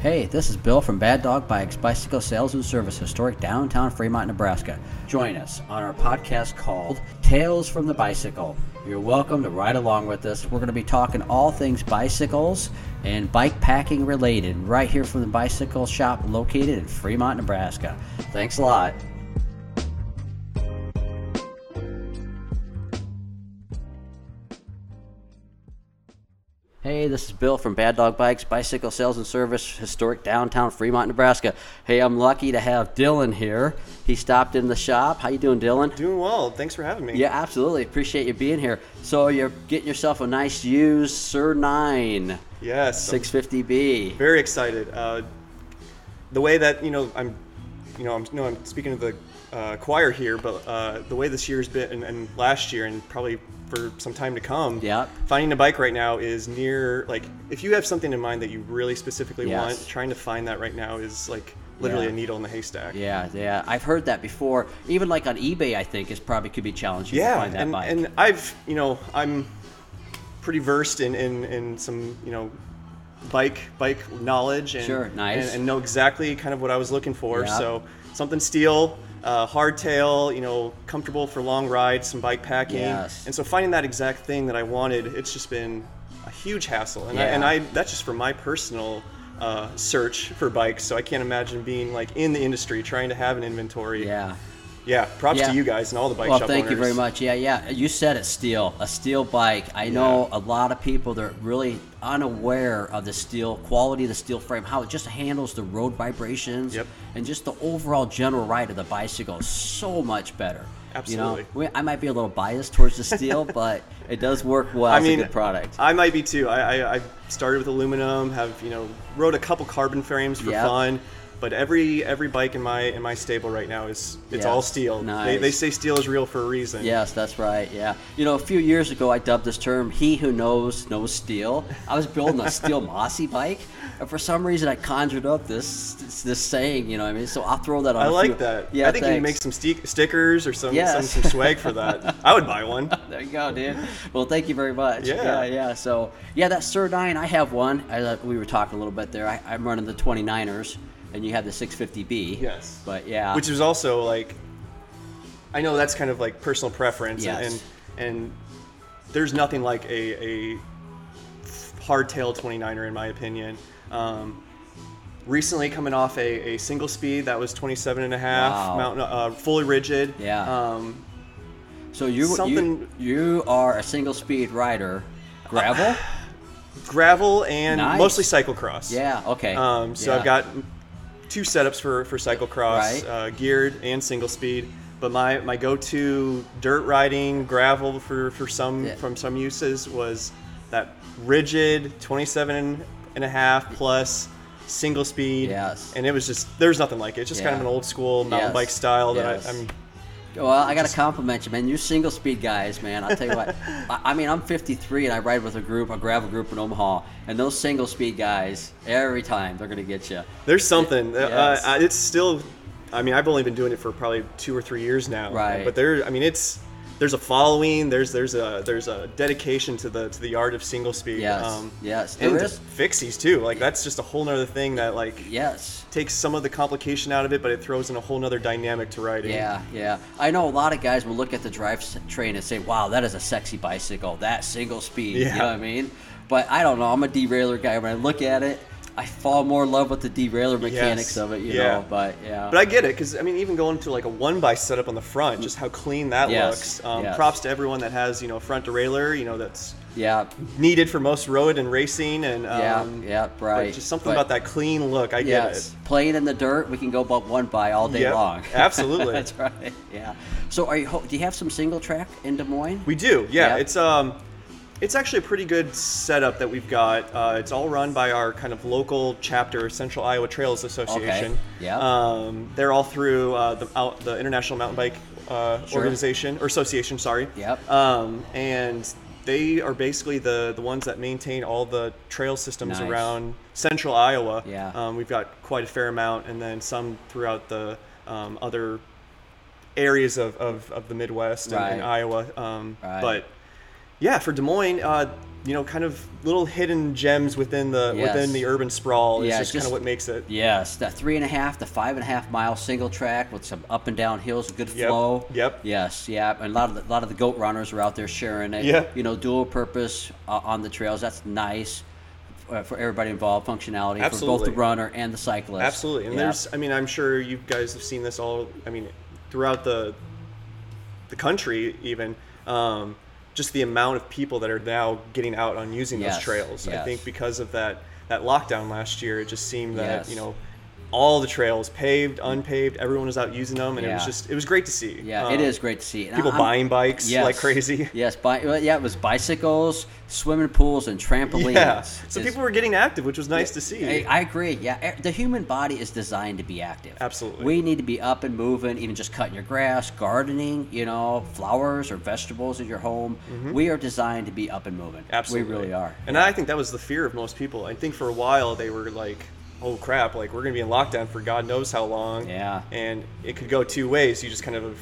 Hey, this is Bill from Bad Dog Bikes Bicycle Sales and Service, historic downtown Fremont, Nebraska. Join us on our podcast called Tales from the Bicycle. You're welcome to ride along with us. We're going to be talking all things bicycles and bike packing related right here from the bicycle shop located in Fremont, Nebraska. Thanks a lot. Hey, this is Bill from Bad Dog Bikes, Bicycle Sales and Service, historic downtown Fremont, Nebraska. Hey, I'm lucky to have Dylan here. He stopped in the shop. How you doing, Dylan? Doing well. Thanks for having me. Yeah, absolutely. Appreciate you being here. So you're getting yourself a nice used Sir 9 Yes. I'm 650B. very excited. Uh, the way that you know I'm, you know I'm no I'm speaking to the uh, choir here, but uh, the way this year's been and, and last year and probably for some time to come. Yep. Finding a bike right now is near like if you have something in mind that you really specifically Yes. want, trying to find that right now is like literally Yeah. a needle in the haystack. Yeah, yeah. I've heard that before. Even like on eBay, I think is probably could be challenging to yeah find that and, bike. and i've you know i'm pretty versed in in, in some you know bike bike knowledge and, Sure, nice. and, and know exactly kind of what i was looking for Yeah. so something steel uh, hardtail you know comfortable for long rides some bike packing Yes. and so finding that exact thing that i wanted it's just been a huge hassle and, I, Yeah. and i that's just for my personal uh, search for bikes so i can't imagine being like in the industry trying to have an inventory yeah. yeah props Yeah. to you guys and all the bike Well, shop thank you owners. very much. Yeah, yeah. You said it, steel, a steel bike. I know a lot of people that are really unaware of the steel quality of the steel frame, how it just handles the road vibrations, Yep. and just the overall general ride of the bicycle is so much better. Absolutely. You know, We- I might be a little biased towards the steel, but it does work well. I as mean, a good product. I might be too. I, I, I started with aluminum. Have you know rode a couple carbon frames for Yep. fun, but every every bike in my in my stable right now is it's Yeah. all steel. They, Nice. they say steel is real for a reason. Yes, that's right. Yeah. You know, a few years ago, I dubbed this term "He who knows knows steel." I was building a steel mossy bike, and for some reason, I conjured up this this, this saying. You know, what I mean, so I'll throw that on. I a few- like that. Yeah, I think you can thanks. make some ste- stickers or some, Yes. some some swag for that. I would buy one. There you go, dude. Well, thank you very much. Yeah. yeah. yeah. So, yeah, that Sir 9, I have one. I, uh, we were talking a little bit there. I, I'm running the 29ers, and you have the 650B. Yes. But, yeah. Which is also like, I know that's kind of like personal preference, Yes. and and there's nothing like a a hardtail 29er in my opinion. Um, recently coming off a, a single speed that was 27 and a half Wow. mountain uh, fully rigid Yeah. um, so, you, something- you, you are a single speed rider, gravel? gravel and Nice. mostly cyclocross yeah. Okay. Um, so Yeah. I've got two setups for for cyclocross, Right. uh, geared and single speed. But my, my go-to dirt riding gravel for, for some Yeah. from some uses was that rigid 27 and a half plus single speed. Yes. And it was just there's nothing like it. It's just kind of Yeah. an old school mountain Yes. bike style that Yes. I, I'm Well, I gotta compliment you, man. You single speed guys, man. I'll tell you what. I, I mean, I'm 53 and I ride with a group, a gravel group in Omaha, and those single speed guys, every time they're gonna get you. There's something. yes. Uh, I- it's still. I mean, I've only been doing it for probably two or three years now. Right. But there, I mean, it's there's a following. There's there's a there's a dedication to the to the art of single speed. Um, Yes, yes, there And is. to fixies too. Like that's just a whole nother thing that like Yes. takes some of the complication out of it, but it throws in a whole nother dynamic to riding. Yeah, yeah. I know a lot of guys will look at the drive s- train and say, "Wow, that is a sexy bicycle. That single speed." You Yeah. know what I mean? But I don't know. I'm a derailleur guy. When I look at it, I fall more in love with the derailleur mechanics of it. You yeah. know, but yeah. But I get it because I mean, even going to like a one by setup on the front, just how clean that Yes, looks. Um, yes. Props to everyone that has you know a front derailleur. You know that's yeah. needed for most road and racing and Yeah, um, yeah, but right. Just something But- about that clean look. I get Yes, playing in the dirt, we can go about one by all day Yep, long. absolutely. that's right. Yeah. So, are you? ho- Do you have some single track in Des Moines? it. We do. Yeah, Yep. it's um, it's actually a pretty good setup that we've got. Uh, it's all run by our kind of local chapter, Central Iowa Trails Association. yeah. Um, they're all through uh, the out, the International Mountain Bike uh, Sure. Organization or Association. Sorry. Yep. Um, and they are basically the the ones that maintain all the trail systems Nice. around central Iowa. Yeah. Um, we've got quite a fair amount, and then some throughout the um, other areas of, of, of the Midwest and, and Right. Iowa. Um, Right. But yeah, for Des Moines, uh, you know, kind of little hidden gems within the Yes. within the urban sprawl. It's Yeah, just, kind just- of what makes it. Yes, that three and a half to five and a half mile single track with some up and down hills, good Yep, flow. yep. Yes, yeah, and a lot of the, a lot of the goat runners are out there sharing it. Yeah. You know, dual purpose uh, on the trails. That's nice uh, for everybody involved. Functionality for both Absolutely. the runner and the cyclist. Absolutely, and Yeah. there's. I mean, I'm sure you guys have seen this all. I mean, throughout the the country, even um, just the amount of people that are now getting out on using Yes, those trails. I yes. think because of that that lockdown last year, it just seemed that Yes. you know all the trails, paved, unpaved, everyone was out using them, and it was Yeah. just it was great to see. Yeah, Um, it is great to see. And people I'm- buying bikes Yes. like crazy. Yes, bi- well, yeah, it was bicycles, swimming pools, and trampolines. Yeah, so It's- people were getting active, which was nice to see. I, I agree. Yeah, E- the human body is designed to be active. Absolutely. We need to be up and moving, even just cutting your grass, gardening, you know, flowers or vegetables in your home. We are designed to be up and moving. Mm-hmm. Absolutely. We really are. And I think that was the fear of most people. I think for a while they were like, oh crap, like we're going to be in lockdown for God knows how long. Yeah. And it could go two ways. You just kind of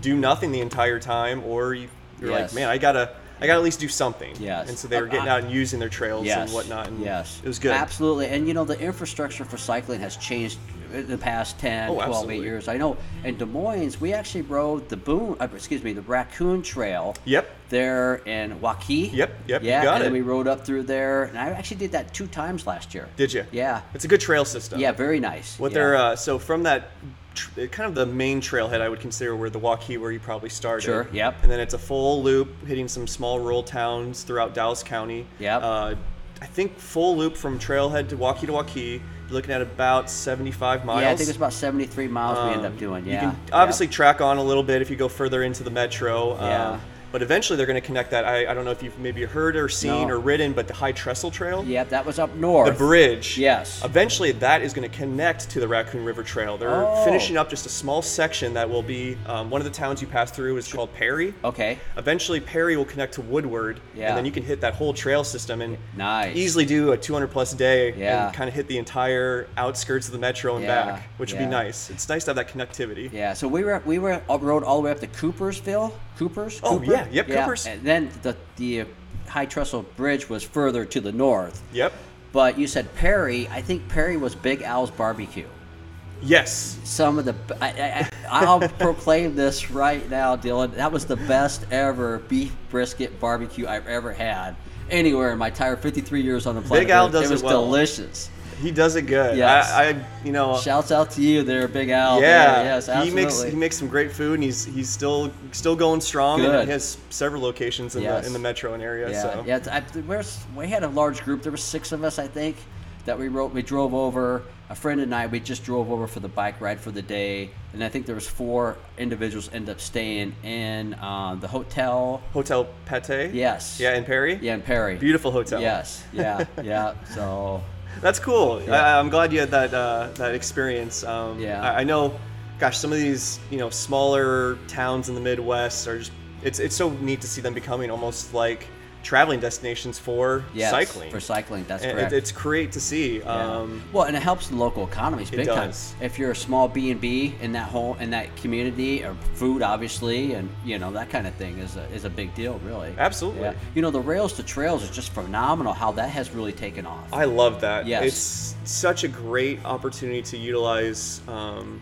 do nothing the entire time, or you, you're Yes. like, man, I got to. I got to at least do something. Yes. And so they were Uh, getting I- out and using their trails Yes. and whatnot. And yes. It was good. Absolutely. And you know, the infrastructure for cycling has changed in the past 10, Oh, 12, eight absolutely. years. I know in Des Moines, we actually rode the Boone, uh, excuse me, the Raccoon Trail. Yep. There in Waukee. Yep, yep, you Yeah. got and then it. we rode up through there. And I actually did that two times last year. Did you? Yeah. It's a good trail system. Yeah, very nice. What yeah. they're uh, so from that tr- kind of the main trailhead, I would consider where the Waukee, where you probably started. Sure, yep. And then it's a full loop hitting some small rural towns throughout Dallas County. Yep. Uh, I think full loop from trailhead to Waukee to Waukee, you're looking at about 75 miles. yeah, I think it's about 73 miles we end Um, up doing. you Yeah, can Yep. obviously track on a little bit if you go further into the metro. Yeah. Um, but eventually they're going to connect that. I, I don't know if you've maybe heard or seen No. or ridden, but the High Trestle Trail. Yeah, that was up north. The bridge. Yes. Eventually, that is going to connect to the Raccoon River Trail. They're Oh. finishing up just a small section that will be um, one of the towns you pass through is called Perry. Okay. Eventually, Perry will connect to Woodward, Oh. Yeah. and then you can hit that whole trail system and Nice. easily do a 200 plus day Yeah. and kind of hit the entire outskirts of the metro and Yeah, back, which would yeah. be nice. It's nice to have that connectivity. Yeah, so we were we were up, rode all the way up to Coopersville, Coopers. Oh, Cooper? yeah, yep, Coopers. And then the the High Trestle Bridge was further to the north. Yep. But you said Perry. I think Perry was Big Al's barbecue. Yes. Some of the I, I, I'll proclaim this right now, Dylan. That was the best ever beef brisket barbecue I've ever had anywhere in my entire 53 years on the planet. Big Al Earth. does it it was well. delicious. He does it good. Yes. I, I you know, Shouts out to you there, Big Al. Yeah, man. Oh, Yes, he absolutely. makes he makes some great food, and he's he's still still going strong. Good. And he has several locations in Yes. the in the metro and area. yeah, so yeah. it's- I, where's, we had a large group. There were six of us, I think, that we wrote. We drove over. A friend and I, we just drove over for the bike ride for the day, and I think there was four individuals end up staying in uh, the hotel. Hotel Pate. Yes. Yeah, in Perry. Yeah, in Perry. Beautiful hotel. Yes. Yeah. Yeah. so. That's cool. Yeah. I, I'm glad you had that uh, that experience. Um, Yeah. I, I know. Gosh, some of these you know smaller towns in the Midwest are just it's it's so neat to see them becoming almost like traveling destinations for Yes, cycling. for cycling. That's And correct. it, it's great to see. Yeah. Um, well, and it helps the local economies big time. does. If you're a small B and B in that whole in that community, or food, obviously, and you know that kind of thing is a, is a big deal, really. Absolutely. Yeah. You know, the rails to trails is just phenomenal. How that has really taken off. I love that. Yes. It's such a great opportunity to utilize um,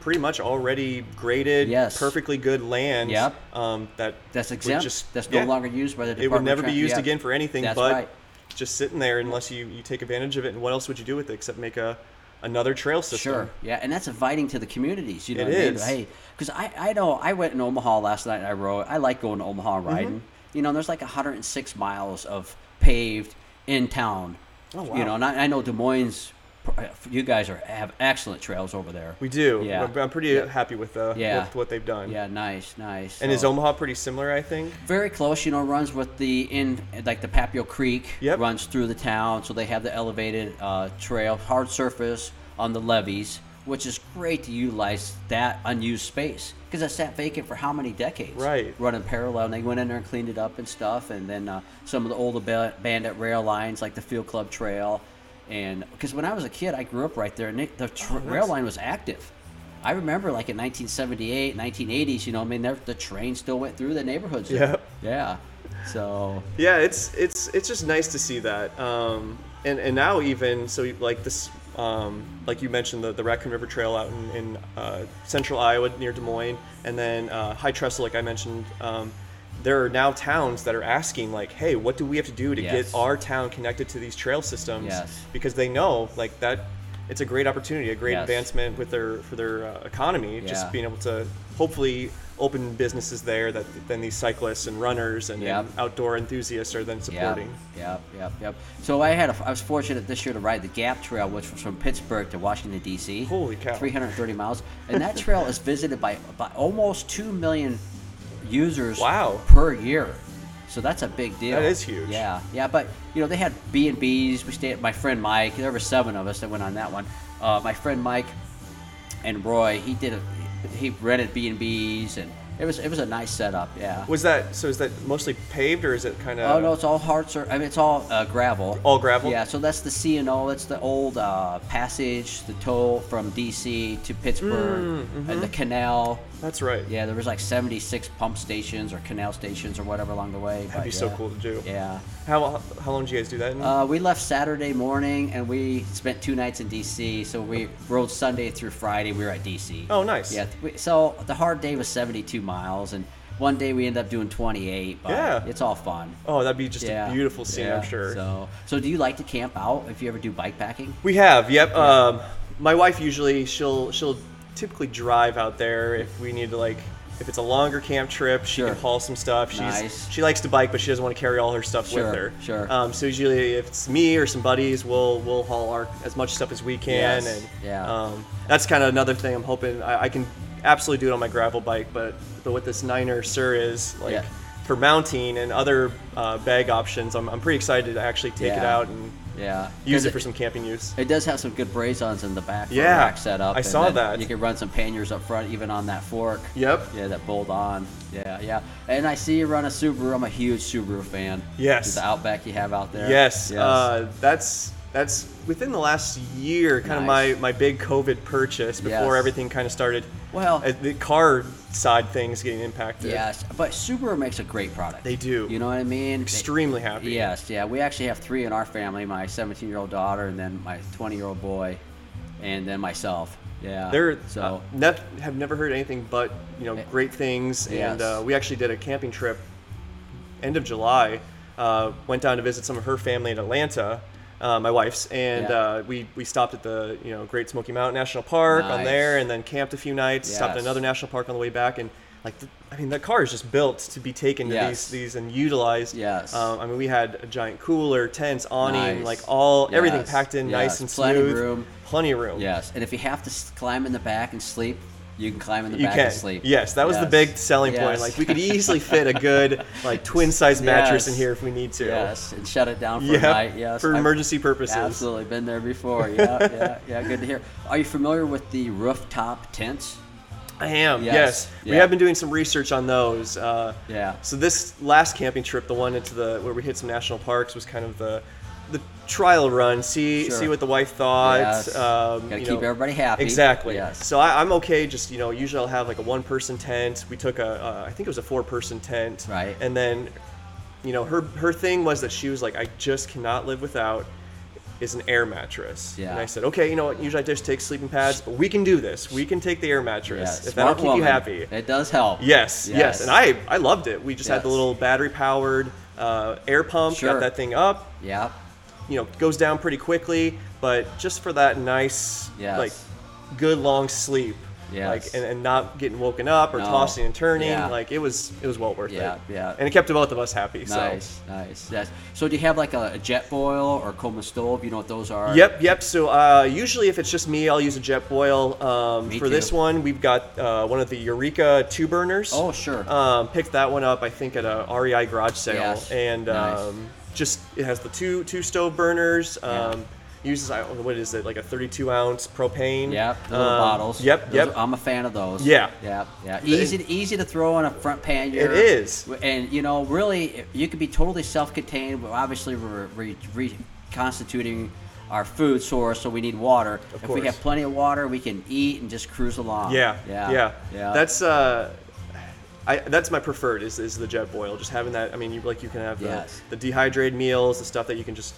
pretty much already graded, Yes. perfectly good land Yep. um, that that's would exempt. just- that's yeah. no longer used by the It department. would never of be Tran- used yeah. again for anything That's but right. just sitting there unless you, you take advantage of it. And what else would you do with it except make a another trail system? Sure. Yeah, and that's inviting to the communities. You know It what is. I mean? Hey, because I, I know I went in Omaha last night and I rode. I like going to Omaha and Mm-hmm. riding. You know, there's like 106 miles of paved in town. Oh, You wow. know, and I, I know Des Moines. You guys are have excellent trails over there. We do. Yeah. I'm- I'm pretty happy with, uh, Yeah. with what they've done. yeah, nice, nice. And is So- Omaha pretty similar, I think? very close. You know, runs with the in like the Papio Creek Yep. runs through the town, so they have the elevated uh, trail, hard surface on the levees, which is great to utilize that unused space because it sat vacant for how many decades? Right. running parallel. And they went in there and cleaned it up and stuff. And then uh, some of the older ba- bandit rail lines, like the Field Club Trail, and because when I was a kid, I grew up right there, and it, the tr- rail line was active. I remember, like in 1978, 1980s, you know, I mean, there- the train still went through the neighborhoods. there. Yep. Yeah. So yeah, it's it's it's just nice to see that. Um, and and now even so like this um, like you mentioned the, the Raccoon River Trail out in, in uh, central Iowa near Des Moines, and then uh, High Trestle, like I mentioned. Um, there are now towns that are asking like, hey, what do we have to do to Yes. get our town connected to these trail systems? Yes. Because they know like that. It's a great opportunity, a great Yes. advancement with their for their uh, economy. Yeah. Just being able to hopefully open businesses there that then these cyclists and runners and, Yep. and outdoor enthusiasts are then supporting. Yep, yep, yep. So I had a, I was fortunate this year to ride the Gap Trail, which was from Pittsburgh to Washington D.C. Holy cow. 330 miles, and that trail is visited by, by almost two million users. Wow. Per year. So that's a big deal. That is huge. Yeah, yeah. But you know they had B and B's. We stayed. My friend Mike. There were seven of us that went on that one. Uh, my friend Mike and Roy. He did a. He rented B and B's, and it was it was a nice setup. Yeah. Was that so? Is that mostly paved or is it kind of? Oh no, it's all hard sur- I mean, it's all uh, gravel. All gravel? Yeah, so that's the C and O. That's the old uh, passage, the toll from DC to Pittsburgh, Mm, mm-hmm. and the canal. That's right. Yeah, there was like 76 pump stations or canal stations or whatever along the way. That'd be so cool to do. Yeah. How how long do you guys do that? In? Uh, we left Saturday morning and we spent two nights in DC. So we rode Sunday through Friday. We were at DC. Oh, nice. Yeah. th- we- So the hard day was 72 miles, and one day we ended up doing 28. But Yeah. It's all fun. oh, that'd be just a beautiful scene, yeah. I'm sure. So, so do you like to camp out if you ever do bike packing? We have, yep. Um, my wife usually she'll she'll typically drive out there if we need to like if it's a longer camp trip, she Sure. can haul some stuff. She's Nice. she likes to bike, but she doesn't want to carry all her stuff Sure, with her. sure. Um, so usually if it's me or some buddies, we'll we'll haul our as much stuff as we can. Yes, And yeah. um, that's kind of another thing I'm hoping I, I can absolutely do it on my gravel bike, but but with this Niner Sur is like. Yeah. For mounting and other uh, bag options, I'm, I'm pretty excited to actually take it Yeah. out and Yeah. use 'Cause it for some camping use. It does have some good braze-ons in the back. for Yeah, rack setup. I and saw then that. You can run some panniers up front, even on that fork. Yep. Yeah, that bolt on. Yeah, yeah. And I see you run a Subaru. I'm a huge Subaru fan. Yes. The Outback you have out there. Yes, Uh, that's that's within the last year, kind Nice. of my my big COVID purchase before Yes. everything kind of started. Well- uh, the car side things getting impacted. yes, but Subaru makes a great product. They do. You know what I mean? They- extremely happy. Yes, yeah. We actually have three in our family: my 17-year-old daughter, and then my 20-year-old boy, and then myself. Yeah. They're so. Eh, uh, nev- have never heard anything but you know great things, and Yes. uh, we actually did a camping trip end of July. Uh, went down to visit some of her family in Atlanta, uh, my wife's, and Yeah. uh, we we stopped at the you know Great Smoky Mountain National Park on Nice. there, and then camped a few nights. Stopped at Yes. another national park on the way back, and like the, I mean that car is just built to be taken to Yes. these these and utilized. Yes. Um, I mean we had a giant cooler, tents, awning, Nice. like all everything Yes. packed in Yes. nice and Plenty of smooth. room. Plenty of room. Yes, and if you have to s- climb in the back and sleep, you can climb in the You back can. and sleep. E Yes, that was the Yes. big selling Yes. point. Like we could easily fit a good like twin size mattress Yes. in here if we need to. Yes, and shut it down for Yep, a night. Yes, for I've emergency purposes. Absolutely, been there before. Yeah, yeah, yeah. Good to hear. Are you familiar with the rooftop tents? I am. Yes. Yes. We Yeah. have been doing some research on those. Uh, Yeah. So this last camping trip, the one into the where we hit some national parks, was kind of the the trial run. See Sure. see what the wife thought. Yes. Um, Gotta you keep know. everybody happy. Exactly. Yes. So I, I'm okay. Just you know, usually I'll have like a one person tent. We took a uh, I think it was a four person tent. Right. And then, you know, her her thing was that she was like, I just cannot live without. Is an air mattress, Yeah. and I said, okay, you know what? Usually I just take sleeping pads, but we can do this. We can take the air mattress. Yeah, If that'll smart keep you woman. happy. It does help. Yes, yes, and I I loved it. We just had the Yes. little battery powered uh, air pump. Sure. Got that thing up. Yep. You know, goes down pretty quickly, but just for that nice, Yes. like, good long sleep. Yes. Like and, and not getting woken up or No. tossing and turning. Yeah. Like it was it was well worth Yeah, it. yeah. And it kept both of us happy. So. Nice, nice. Yes. So do you have like a, a jet boil or coma stove? You know what those are? Yep, yep. So uh, usually, if it's just me, I'll use a jet boil. Um, Me for this too. one, we've got uh, one of the Eureka two burners. Oh, sure. Um, picked that one up, I think, at a REI garage sale, Yes. and Nice. um, just it has the two two stove burners. Um, Uses I don't know, what is it like a 32 ounce propane? Yep, the little Um, bottles. Yep, Those yep. are- uh, I'm a fan of those. Yeah. Yep, yeah. The- Easy, easy to throw in a front pannier. It is. And you know, really, you could be totally self-contained. But obviously, we're re- reconstituting our food source, so we need water. Of if we have course. plenty of water, we can eat and just cruise along. Yeah, yeah, yeah, yeah. That's uh, I, that's my preferred is, is the jet boil. Just having that. I mean, you like you can have the, Yes. the dehydrated meals, the stuff that you can just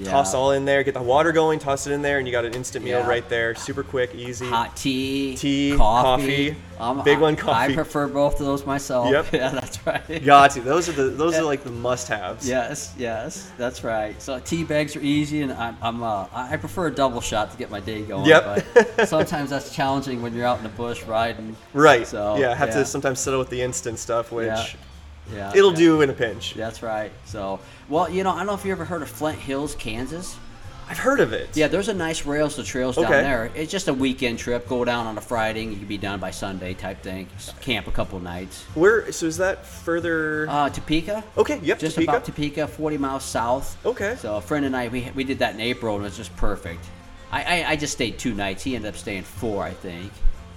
Yeah. toss all in there. Get the water going, toss it in there, and you got an instant meal Yeah. right there. Super quick, easy. Hot tea, Tea, coffee. coffee, big one I coffee. prefer both of those myself. Yep. Yeah, that's right. Got to. Those are the those Yeah. are like the must-haves. Yes, yes, that's right. So tea bags are easy, and I'm, I'm uh, I I prefer a double shot to get my day going. Yep. But sometimes that's challenging when you're out in the bush riding. Right. So yeah. Have yeah. to sometimes settle with the instant stuff, which Yeah. Yeah. it'll yeah. do in a pinch. That's right. So, well, you know, I don't know if you ever heard of Flint Hills, Kansas. I've heard of it. Yeah, there's a nice rails to trails down Okay. there. It's just a weekend trip. Go down on a Friday, and you can be done by Sunday type thing. Just camp a couple nights. Where? So is that further? Uh, Topeka. okay. Yep. Just Topeka. Oh. about Topeka, 40 miles south. Okay. So a friend and I, we, we did that in April, and it was just perfect. I, I, I just stayed two nights. He ended up staying four, I think.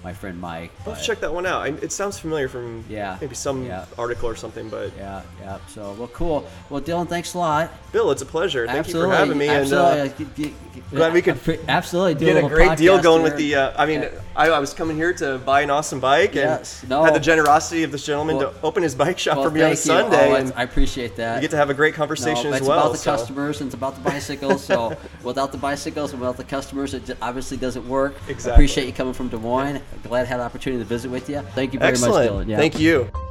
My friend Mike. I'll have but- to check that one out. I, it sounds familiar from Yeah, maybe some yeah. article or something, but Yeah, yeah. So well, cool. Well, Dylan, thanks a lot. Bill, it's a pleasure. Thank absolutely, you for having me. Absolutely. And, uh, glad glad we could absolutely do Get a little great deal podcast going with the. here. Uh, I mean, Yeah. I, I was coming here to buy an awesome bike and Yes, no. had the generosity of this gentleman Well- to open his bike shop well, for me on a thank you. Oh, Sunday. it's- and I appreciate that. you get to have a great No, conversation but as it's well. about the so- customers and it's about the bicycles. so without the bicycles and without the customers, it ju- obviously doesn't work. Exactly. Appreciate you coming from Des Moines. Glad I had the opportunity to visit with you. Thank you very Excellent. much, Dylan. Yeah. Thank you.